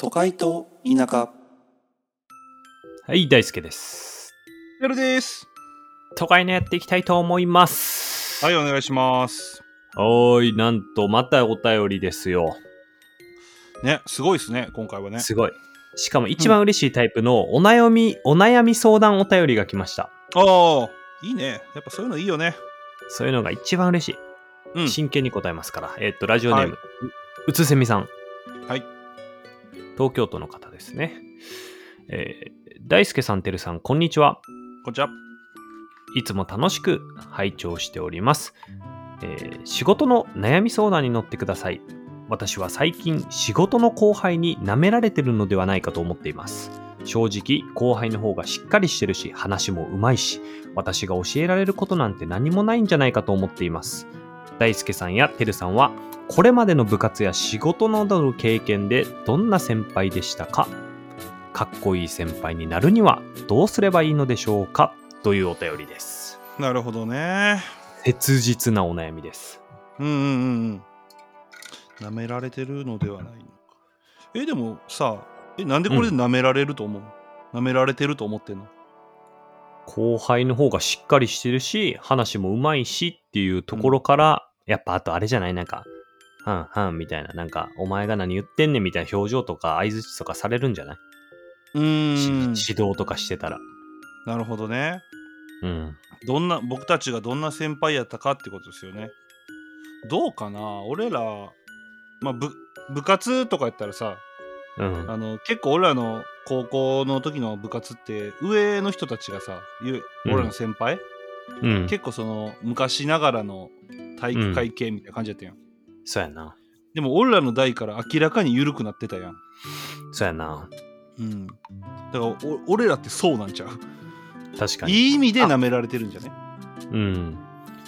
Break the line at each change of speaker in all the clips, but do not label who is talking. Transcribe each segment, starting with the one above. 都会と田舎
はい、大輔です。
やるです。
都会のやっていきたいと思います。
はい、お願いします。
おーい、なんと、またお便りですよ。
ね、すごいですね、今回はね。
すごい。しかも一番嬉しいタイプのお悩み、お悩み相談お便りが来ました。
ああ、いいね。やっぱそういうのいいよね。
そういうのが一番嬉しい。
うん。
真剣に答えますから。えーっと、ラジオネーム、
はいう
うつせみさん。
はい。
東京都の方ですね。えー大輔さん、てるさん、こんにちは。
こんにちは。
いつも楽しく拝聴しております、えー仕事の悩み相談に乗ってください。私は最近仕事の後輩に舐められてるのではないかと思っています。正直後輩の方がしっかりしてるし話もうまいし私が教えられることなんて何もないんじゃないかと思っています。大輔さんやてるさんはこれまでの部活や仕事などの経験でどんな先輩でしたかかっこいい先輩になるにはどうすればいいのでしょうかというお便りです。
なるほどね。
切実なお悩みです。
うんうんうんうん。舐められてるのではないのか。え、でもさ、え、なんでこれで舐められると思う、舐められてると思ってんの
後輩の方がしっかりしてるし、話もうまいしっていうところから、やっぱあとあれじゃないなんか、はんはんみたいな、なんか、お前が何言ってんねんみたいな表情とか相づちとかされるんじゃない、
う
し
ーん。
指導とかしてたら。
なるほどね。
うん。
どんな、僕たちがどんな先輩やったかってことですよね。どうかな俺ら、まあ、部、部活とかやったらさ、
うん。
あの結構俺らの高校の時の部活って上の人たちがさゆ
うん
俺らの先輩、
うん。
結構その昔ながらの体育会系みたいな感じやったやん、
そうやな。
でも俺らの代から明らかに緩くなってたやん、
そうやな。
うん、だからお俺らってそうなんちゃう
確かに。
いい意味で舐められてるんじゃね
うん。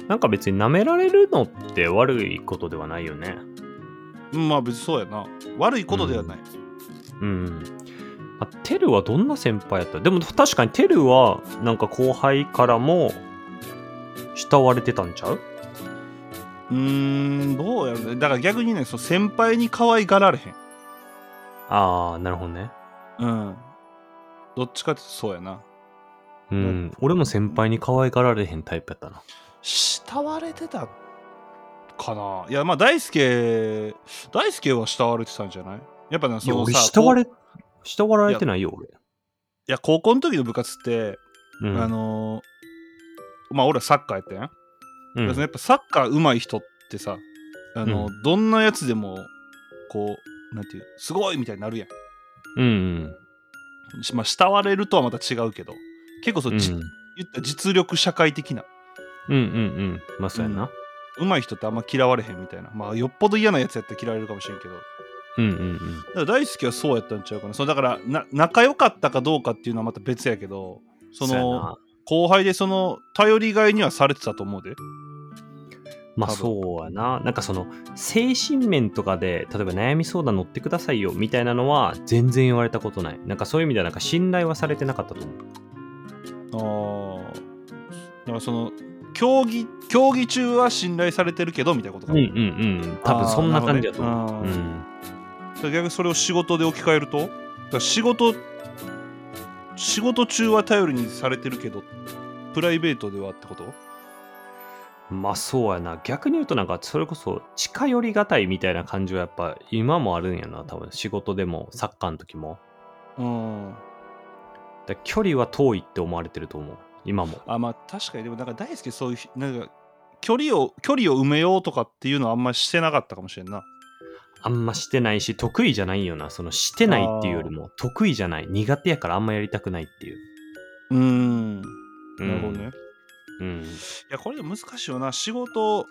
なんか別に舐められるのって悪いことではないよね。
うんまあ別にそうやな悪いことではない、
うん。まあ、テルはどんな先輩やったでも確かにテルはなんか後輩からも慕われてたんちゃう
うーんどうやろねだから逆にねその先輩に可愛がられへん
ああ、なるほどね。
うんどっちかってそうやな
うん。俺も先輩に可愛がられへんタイプやったな。
慕われてたかないやまあ大輔大輔は慕われてたんじゃないやっぱなそ
いや、
の
俺
さ
慕われ
こ、
慕われてないよ、俺。
ういや高校の時の部活って、
うん。
あのーまあ俺はサッカーやったやん、
うん、
やっぱサッカー上手い人ってさあの、
う
どんなやつでもこうなんていうすごいみたいになるや
うんうん。
んしまあ慕われるとはまた違うけど結構そうう、
ん
じ言ったら実力社会的な
うんうん。まあ、そうやな。
上手い人ってあんま嫌われへんみたいなまあよっぽど嫌なやつやったら嫌われるかもしれんけど
うんうん
だから大輔はそうやったんちゃうかなそうだからな仲良かったかどうかっていうのはまた別やけど
うん。
そ
そうや
の
な。
後輩でその頼りがいにはされてたと思うで
まあ
多分
そうやな。なんかその精神面とかで、例えば悩み相談乗ってくださいよみたいなのは全然言われたことない。なんかそういう意味ではなんか信頼はされてなかったと思う。
あーだからその競技競技中は信頼されてるけどみたいなことか、
うんうんうん。多分そんな感じだと思う。
あーなるほどね
うん
だから逆にそれを仕事で置き換えるとだから仕事仕事中は頼りにされてるけどプライベートではってこと
まあそうやな。逆に言うとなんかそれこそ近寄りがたいみたいな感じはやっぱ今もあるんやな。多分仕事でもサッカーの時も。
うん
だから距離は遠いって思われてると思う。今も。
あまあ確かにでもなんか大輔そういうひなんか距離を距離を埋めようとかっていうのはあんましてなかったかもしれんな
あんましてないし、得意じゃないよな。そのしてないっていうよりも得意じゃない。苦手やからあんまやりたくないっていう。
うーん
うん
なるほどね、い
うん。
やこれでも難しいよな仕事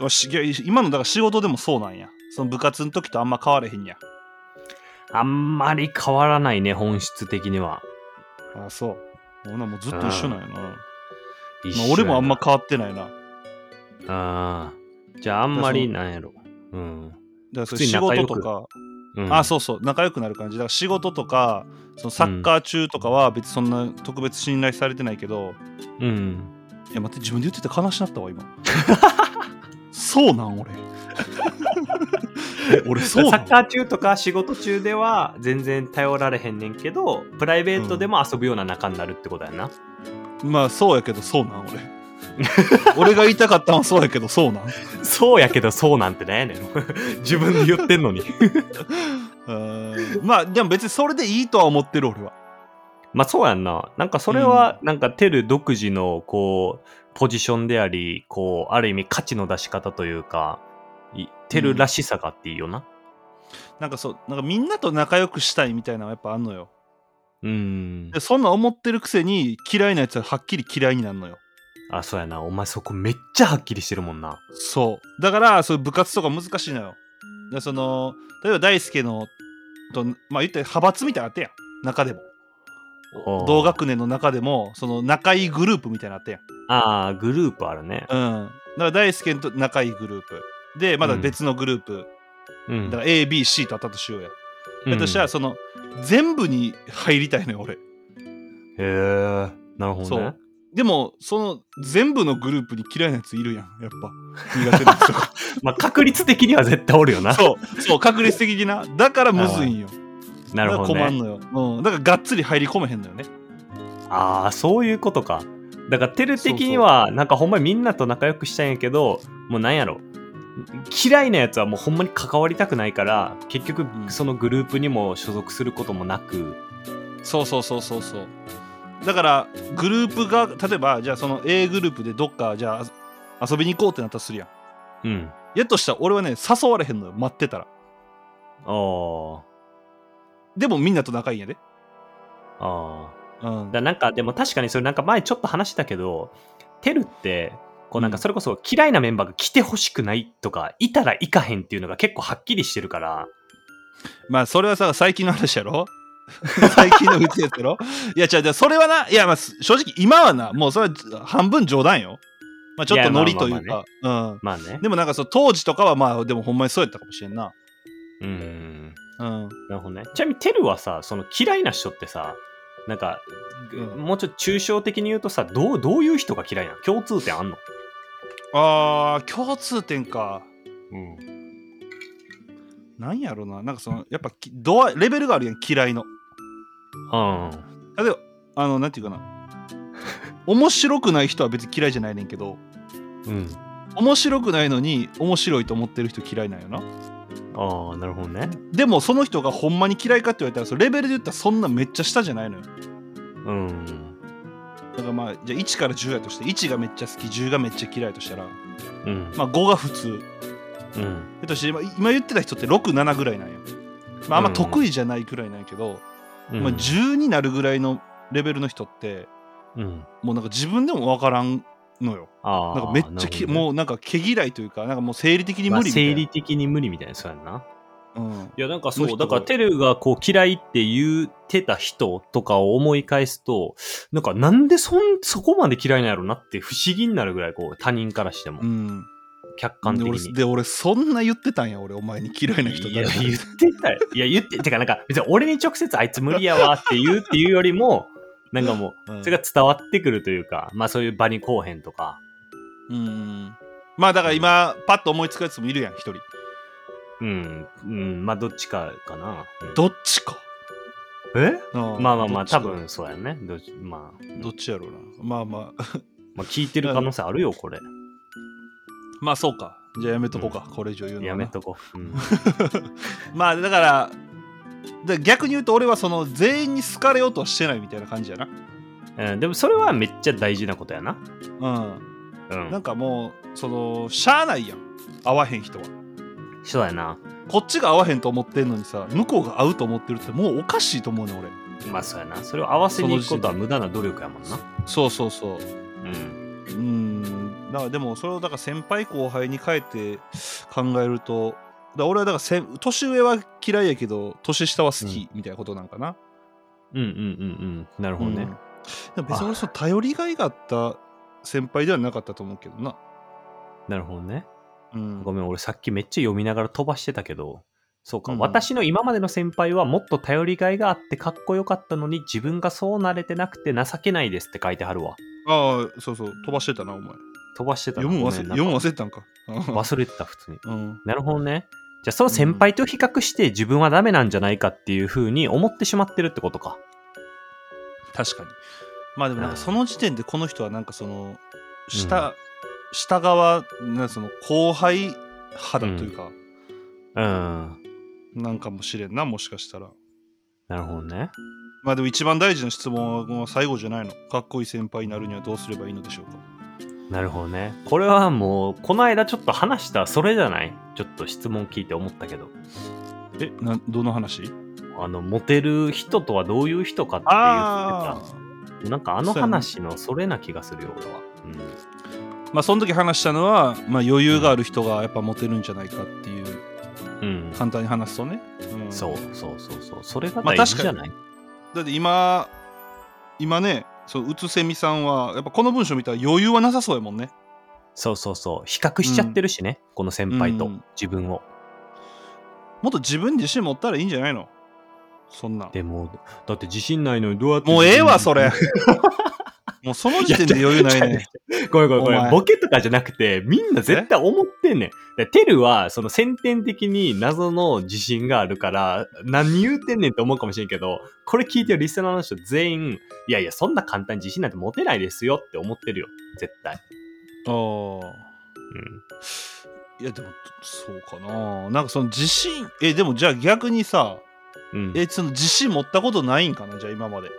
わしいや今のだから仕事でもそうなんやその部活の時とあんま変われへんや
あんまり変わらないね、本質的には。
あそうほなもうずっと一緒なんやな、まあ、
一緒やな
俺もあんま。変わってないなだか
あーじゃああんまりなんやろ。うん。
ら
普
それ
通に
仕
仲良
事
く
とか、
うん、
あそうそう仲良くなる感じだから仕事とかそのサッカー中とかは別にそんな特別信頼されてないけど、
う。うん。
いや待って自 分で言ってて悲しなったわ今そうなん俺俺そう
サ
な
ッカ
の
ー中とか仕事中では全然頼られへんねんけどプライベートでも遊ぶような仲になるってことやな、
まあそうやけどそうなん俺 俺が言いたかったのはそうやけどそうなん
そうやけどそうなんてなんやね ん自分で言ってんのに
うーんまあでも別にそれでいいとは思ってる俺は
まあそうやんななんかそれはなんかテル独自のこうポジションでありこうある意味価値の出し方というかいテルらしさがあっていいよな
なんかそうなんかみんなと仲良くしたいみたいなのはやっぱあんのよ
うん
でそんな思ってるくせに嫌いなやつははっきり嫌いになるのよ
あそうやなお前そこめっちゃはっきりしてるもんな
そうだからそういう部活とか難しいのよでその例えば大輔のとまあ言って派閥みたいなのあってやん中でも
おー
同学年の中でもその仲いいグループみたいなのあってやん
ああグループあるね
うんだから大輔と仲いいグループでまだ別のグループ、
うん
だから ABC とあったとしようや、
うん
私はその全部に入りたいのよ俺
へえなるほど
そ
ね
うでもその全部のグループに嫌いなやついるやんやっぱ苦手な人 が
まあ確率的には絶対おるよな。
そうそう確率的になだからむずいんよ
なるほど
だから困ん
ね。
のよ、うん、だからがっつり入り込めへんのよね
ああ、そういうことか。だから、テル的には、なんかほんまにみんなと仲良くしたいんやけど、もうなんやろ。嫌いなやつはもうほんまに関わりたくないから、結局
ん
そのグループにも所属することもなく。
そうそうそうそうそうだからグループが例えばじゃあその A グループでどっかじゃあ遊びに行こうってなったとするやん
うん。
やっとしたら俺はね誘われへんのよ待ってたら
あ
でもみんなと仲いいんやで
あ。ああ。
うん
だからなんか、でも確かにそれなんか前ちょっと話したけど、テルって、こうなんかそれこそ嫌いなメンバーが来てほしくないとか、いたら行かへんっていうのが結構はっきりしてるから、
まあそれはさ最近の話や ろ最近のうちやつやろいや違う違うそれはないやまあす正直今はなもうそれは半分冗談よ、まあ、ちょっとノリとい
いうやま
かうん
まあね。
でもなんかそう当時とかはまあでもほんまにそうやったかもしれんな
うん。
うん
なるほどね。ちなみにテルはさ、その嫌いな人ってさ、なんか、
うん
もうちょっと抽象的に言うとさ、どうどういう人が嫌いなの共通点あんの
あー共通点か
うん。
なんやろななんかそのやっぱき度合いレベルがあるやん嫌いの
あ
例えばあのなんていう かな面白くない人は別に嫌いじゃないねんけど
うん。
面白くないのに面白いと思ってる人嫌いなんよな
ああ、なるほどね。
でもその人がほんまに嫌いかって言われたらそのレベルで言ったらそんなめっちゃ下じゃないのよだ
うん。
からまあじゃあ1から10やとして1がめっちゃ好き10がめっちゃ嫌いとしたら、
うん。
まあ、5が普通
うん。
えとして今今言ってた人って67ぐらいなんよ、まあ、あんま得意じゃないぐらいなんやけど、
うん
まあ、10になるぐらいのレベルの人って
うん。
もうなんか自分でも分からんのよ
ああ。
なんかめっちゃき、
う、
もうなんか毛嫌いというかなんかもう生理的に無
まあ
理みた
生
いな
理、的に無理みたいな、そうやんな。
うん、
いや、なんかそ
そ
うう、だ
だか
かららテルがこう嫌いって言ってた人とかを思い返すと、なんかなんでそん、そこまで嫌いなんやろなって不思議になるぐらい、こう、他人からしても
う、ん、
客観的
で俺
に。
で俺そんな言ってたんや俺お前に嫌いな人
い
だ
や、言ってたよ。いや、言って、てか、なんか、別に俺に直接あいつ無理やわって言うっていうよりも、なんかも
う
う、
ん
それが伝わってくるというか、まあそういう場に来おへんとか。
うんまあだから今パッと思いつくやつもいるやん一人
うん、うん、まあどっちかかな。
どっちか
うんえ
な
まあまあまあ、
どっちか
多分そうやね。どっちまあ、
どっちやろうなまあまあ
まあ、聞いてる可能性あるよ、これ。
まあそうかじゃあやめとこうか、これ以上言うのはな
やめとこう。うん、
まあだからで逆に言うと俺はその全員に好かれようとはしてないみたいな感じやな
うんでもそれはめっちゃ大事なことやな。
う
うん。
なんんかもうそのしゃあないやん合わへん人は
そうやな。
こっちが合わへんと思ってんのにさ向こうが合うと思ってるってもうおかしいと思うねん俺
まあそうやな。それを合わせに行くことは無駄な努力やもんな。
そうそうそう
うん。
うんだからでもそれをだから先輩後輩に変えて考えるとだから俺はだからせん年上は嫌いやけど年下は好きみたいなことなんかな、
うんうんうんうん。なるほどね。
うんでも別に俺その頼りがいがあった先輩ではなかったと思うけどな、
なるほどね。
うん
ごめん、俺さっきめっちゃ読みながら飛ばしてたけど、そうか、
うん
私の今までの先輩はもっと頼りがいがあってかっこよかったのに自分がそうなれてなくて情けないですって書いてはるわ。
ああそうそう飛ばしてたなお前
飛ばしてたな
読む
ご
忘
め
れ
んな
読む忘れてたんか
忘れてた、普通に。
うん
なるほどね。じゃあその先輩と比較して自分はダメなんじゃないかっていうふうに思ってしまってるってことか。
確かにまあでもなん
う
か
ん
その時点でこの人はなんかその下、下側なんかその後輩肌というか、
うん。
なんかもしれんなもしかしたら
なるほどね。
まあでも一番大事な質問はもう最後じゃないのかっこいい先輩になるにはどうすればいいのでしょうか
なるほどね。これはもう、この間ちょっと話したそれじゃないちょっと質問聞いて思ったけど。
えなどの話
あの、モテる人とはどういう人かって言
ああ
ってた。なんかあの話のそれな気がするよ、俺は。うん
まあその時話したのは、まあ、余裕がある人がやっぱモテるんじゃないかっていう。
うん。
簡単に話すとね、うん
そうそうそうそう。それが
まあ
大事じゃない、
だって今今ねそううつせみさんはやっぱこの文章見たら余裕はなさそうやもんね
そうそうそう。比較しちゃってるしね。この先輩
う
と
ん
自分を。
もっと自分自身持ったらいいんじゃないのそんなん
でも、だって自信ないのにどうやって。
もうええわそれ もうその時点で余裕ないね
ごめんごめんごめ
お
ん。
前
ボケとかじゃなくて、みんな絶対思ってんねん。でテルは、その先天的に謎の自信があるから、何言うてんねんって思うかもしれんけど、これ聞いてるリスナーの人全員、いやいや、そんな簡単に自信なんて持てないですよって思ってるよ。絶対。
ああいやでもそうかななんかその自信えでもじゃあ逆にさ
うん。うん。
えその自信持ったことないんかなじゃあ今まで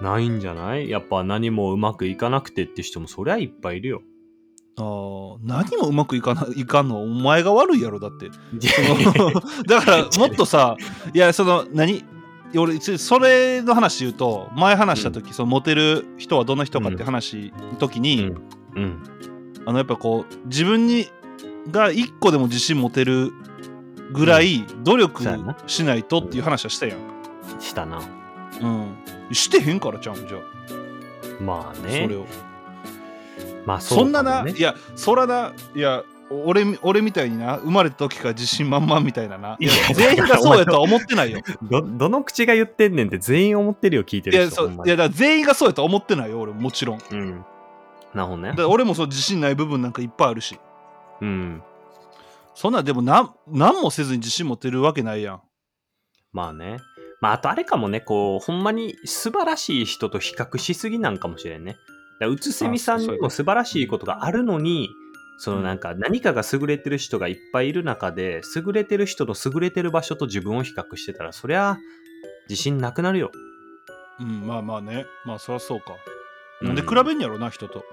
ないんじゃないやっぱ何もうまくいかなくてって人もそりゃいっぱいいる よ。
あー何もうまくいかないかんのはお前が悪いやろだって そのだからもっとさいやその何俺つそれの話言うと前話した時、そのモテる人はどんな人かって話の時に、
うん。
あのやっぱこう自分にが一個でも自信持てるぐらい努力
そうやな
しないとっていう話はしたやん、
したな。
うん、してへんからちゃうんじゃあ
まあ
そ
ね。
れを
まあ
そ
うんか
な
も
な、
ね
いやそらないや俺み俺みたいにな生まれた時から自信満々みたいなない
や
全員がそうやとは思ってな いよ
ど、どの口が言ってんねんって全員思ってるよ、聞いて
い
る人。
やそう
ほんま
い
に
やだから全員がそうやとは思ってないよ俺ももちろんだ
う
か
ん。なるほどね。
ら俺もそう自信ない部分なんかいっぱいあるし
うん。
そんなんでもなん何もせずに自信持てるわけないやん
まあね。まあ、あとあれかもね、こう、ほんまに素晴らしい人と比較しすぎなんかもしれんね。だからうつせみさん
あそう
に
そう
も素晴らしいことがあるのに、そのなんか何かが優れてる人がいっぱいいる中で、優れてる人の優れてる場所と自分を比較してたら、そりゃ、自信なくなるよ。
うんまあまあねまあそりゃそうか
うん
なんで比べんやろな人と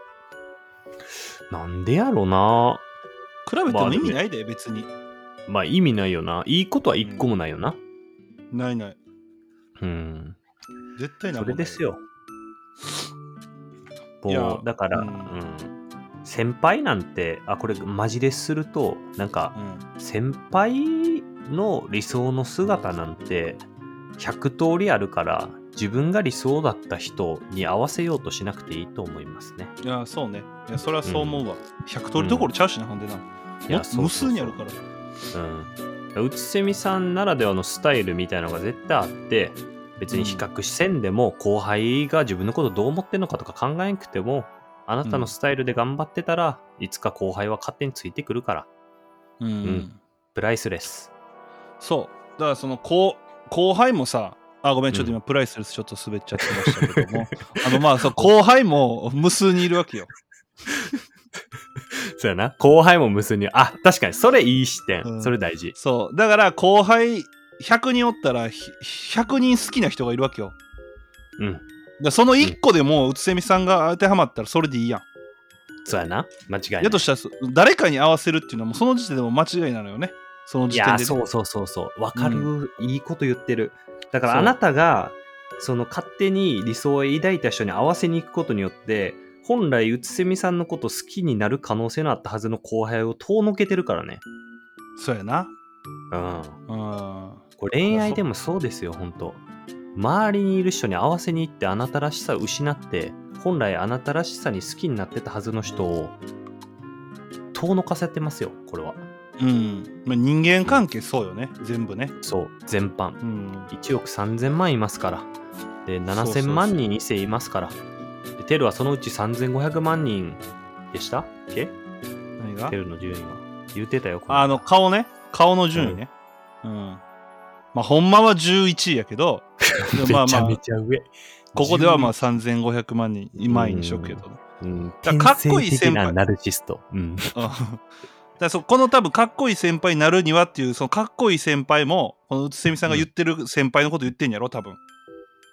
なんでやろな。
比べても意味ないで別に
まあ意味ないよな。いいことは一個もないよな。
ないない
うん
絶対な
そ
もんな
れで
い
すよ。
いや
こうだから、う
うんん
先輩なんてあこれマジでするとなん
う
か
ん
先輩の理想の姿なんて100通りあるから自分が理想だった人に合わせようとしなくていいと思いますね。
いやそうねいやそりゃそう思うわ、100通りどころちゃうしな、ほんでなも
いや
っと
そう
無
そうそう
数にあるから
うん、うつせみさんならではのスタイルみたいのが絶対あって別に比較せんでも後輩が自分のことどう思ってんのかとか考えんくてもあなたのスタイルで頑張ってたら、いつか後輩は勝手についてくるから
うん、
んプライスレス
そうだからその後後輩もさあごめんちょっと今、プライスレスちょっと滑っちゃってましたけども あのまあそう後輩も無数にいるわけよ、
そうやな後輩も無数にあ確かにそれいい視点、
うん
それ大事
そうだから後輩100人おったらひ100人好きな人がいるわけよだか
うん
らその1個でもうつせみさんが当てはまったらそれでいいやん
そうやな間違いない
やとしたらそ誰かに合わせるっていうのはもうその時点でも間違いなのよねその
い
時
や
点
ー
で
そうそうそうそうわかる、
う
いいこと言ってるだから
そう
あなたがその勝手に理想を抱いた人に合わせに行くことによって本来うつせみさんのこと好きになる可能性のあったはずの後輩を遠のけてるからね
そうやな
うん
うん
これ恋愛でもそうですよ本当周りにいる人に合わせに行ってあなたらしさを失って本来あなたらしさに好きになってたはずの人を遠のかせてますよこれは
うん、まあ、人間関係そうよね全部ね
そう全般
うん
1億3000万いますからで
そうそう
7000万人2世いますからでテルはそのうち3500万人でしたっけ
何が
テルの順位は言うてたよ、この間
あの、顔ね。顔の順位ね。うん。まあ、ほんまは11位やけ ど、まあ
めちゃ
まあ
め、ちゃ上。
ここではまあ
あ、
3500万人、今位にしとくけど。
うん、
だからかっこいい
天性的な
先輩
ナルシスト。うん。
うんだ からそうこの多分かっこいい先輩になるにはっていうそのかっこいい先輩もこのうつせみさんが言ってる先輩のこと言ってんやろ多分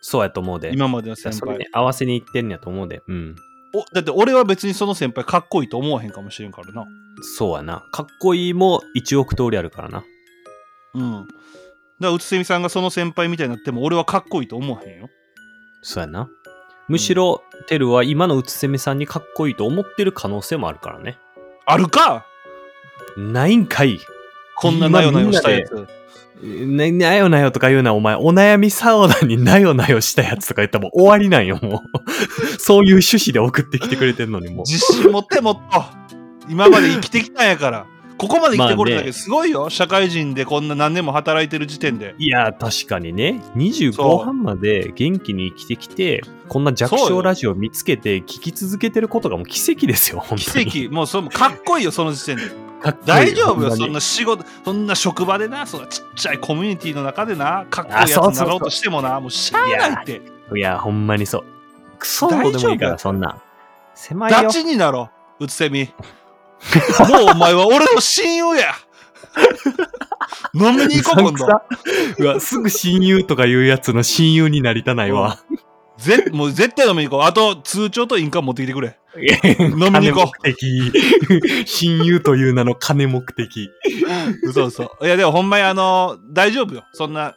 そうやと思うで。
今までの先
それ
輩
に合わせにいってんやと思うで。うん。
おだって俺は別にその先輩かっこいいと思わへんかもしれんからな
そうやな。かっこいいも1億通りあるからな。
うんだからうつせみさんがその先輩みたいになっても俺はかっこいいと思わへんよ
そうやな。むしろ、テルは今のうつせめさんにかっこいいと思ってる可能性もあるからね。
あるか
ないんかい
こんななよなよしたやつ
ななよなよとか言うな、お前。お悩みサウナになよなよしたやつとか言ったらもう終 わりなんよ、もう。そういう趣旨で送ってきてくれてんのに、もう。
自信持ってもっと今まで生きてきたんやからここまで生きてこれた
ま
だ
あね
けすごいよ社会人でこんな何年も働いてる時点で
いや、確かにね。20
そう
後半まで元気に生きてきて、こんな弱
そうよ
小ラジオ見つけて聞き続けてることがもう奇跡ですよ、本当に。
奇跡もうそれもかっこいいよその時点で
かっこいい
大丈夫よ、
ほん
そん
まに
な仕事、そんな職場でな、そんなちっちゃいコミュニティの中でな、かっこいい
あ
やつ
そうそう
に
そう
なろうとしてもな、もうしゃあないって、
いや、ほんまにそう。クソどうでもいいから、
大丈夫
そんな。狭い
ダ
よ。
チになろう、うつせみ。もうお前は俺の親友 や。飲みに行こう、今度。
うわ、すぐ親友とかいうやつの親友になりたないわ。
ぜもう絶対飲みに行こう。あと、通帳と印鑑持ってきてくれ。飲みに行こ
金目的。親友という名の金目的。
う。そうそう。いや、でもほんまにあの、大丈夫よ。そんな、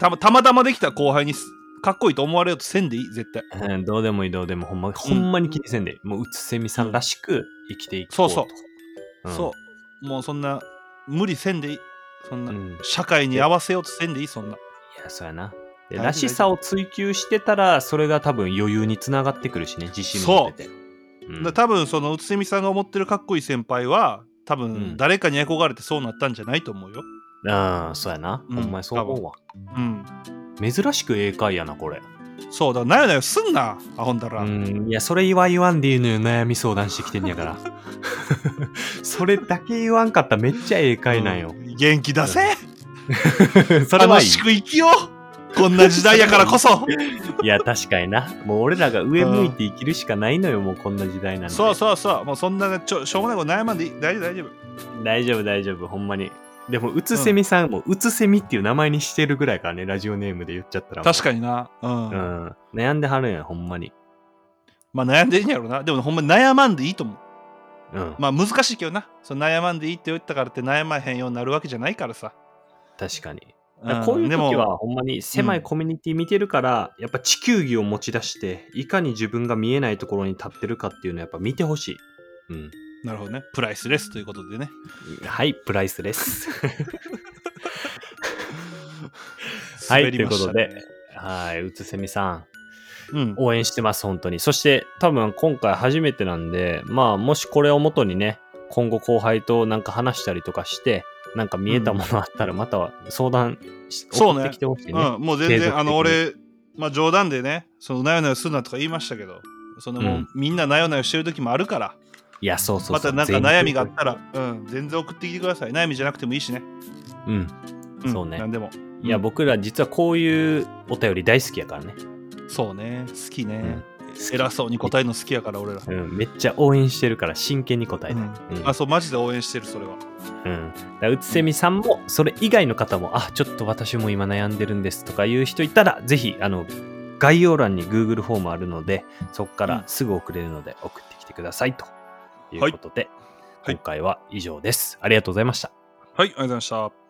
たまたまたまできた後輩にす、かっこいいと思われようとせんでいい、絶
う
対。
ん、どうでもいいどうでも、ほんま、ほんまに気にせんで、もう、うつせみさんらしく生きていこうと。
そう
うん
そう。もうそんな、無理せんでいい。そんな。
うん。
社会に合わせようとせんでいいそんない
や、そうやな。で
大丈夫
らしさを追求してたら、それが多分余裕につながってくるしね、自信持ってて。うん
だ多分そのうつせみさんが思ってるかっこいい先輩は多
うん
分誰かに憧れてそうなったんじゃないと思うよ
うん、そうやな。
うん
ほんまにそう思うわ。
うん
珍しく英会やな、これ。
そうだなよなよすんなアホんだら、
うん、いや、それ言わん言わんでいいのよ、悩み相談してきてんや から。それだけ言わんかったらめっちゃ英会なんよ
う。ん元気出せ、
それは
楽
いい
しく生きようこんな時代やからこそ
いや、確かにな。もう俺らが上向いて生きるしかないのよ、もうこんな時代なんで。
そうそうそうもうそんなちょしょうもないこと悩まんでいい大丈夫大丈夫
大丈夫、大丈夫、ほんまに。でも、うつせみさんも、うつせみっていう名前にしてるぐらいからね、ラジオネームで言っちゃったら。
確かになうん、
うん。悩んではるんや、ほんまに。
まあ悩んでいいんやろなでもほんま悩まんでいいと思う
うん。
まあ難しいけどなその悩まんでいいって言ったからって悩まへんようになるわけじゃないからさ、
確かに。
う
だから
ん
こういう
で
時
も
はほんまに狭いコミュニティ見てるから、やっぱ地球儀を持ち出していかに自分が見えないところに立ってるかっていうのをやっぱ見てほしい。うん。
なるほどね。プライスレスということでね。
はい、プライスレス。はい、
滑
とい
り
う
ま
こ
し
と
たね
で、 はい、うつせみさん、
うん。
応援してます、本当に。そして、多分今回初めてなんで、まあ、もしこれを元にね、今後後輩となんか話したりとかして、なんか見えたものあったら、または相談し、
そう
送
ね
ってきてほしいね。
うん、もう全
継続的に
然、あの、俺、まあ冗談でね、そのなよなよするなとか言いましたけど、そのもう、
うん
みんななよなよしてる時もあるから、
いや、そうそう
ま
そう
たなんか悩みがあ
全
ったら、うん、全然送ってきてください。悩みじゃなくてもいいしね。
力うん。
ん、
そうね
何でも。
いや、
うん
僕ら実はこういうお便り大好きやからね。
そうね、好きね。
うん
偉そうに答えるの好きやから、俺ら。
うん、めっちゃ応援してるから真剣に答え
う
たい。
ん
うん
あ、そう、マジで応援してる、それは。
うん、だからうつせみさんもそれ以外の方も「あちょっと私も今悩んでるんです」とかいう人いたらぜひあの概要欄に Google フォームあるのでそこからすぐ送れるので送ってきてくださいということで、
はい
今回は以上です。ありがとうございました。
はい、ありがとうございました。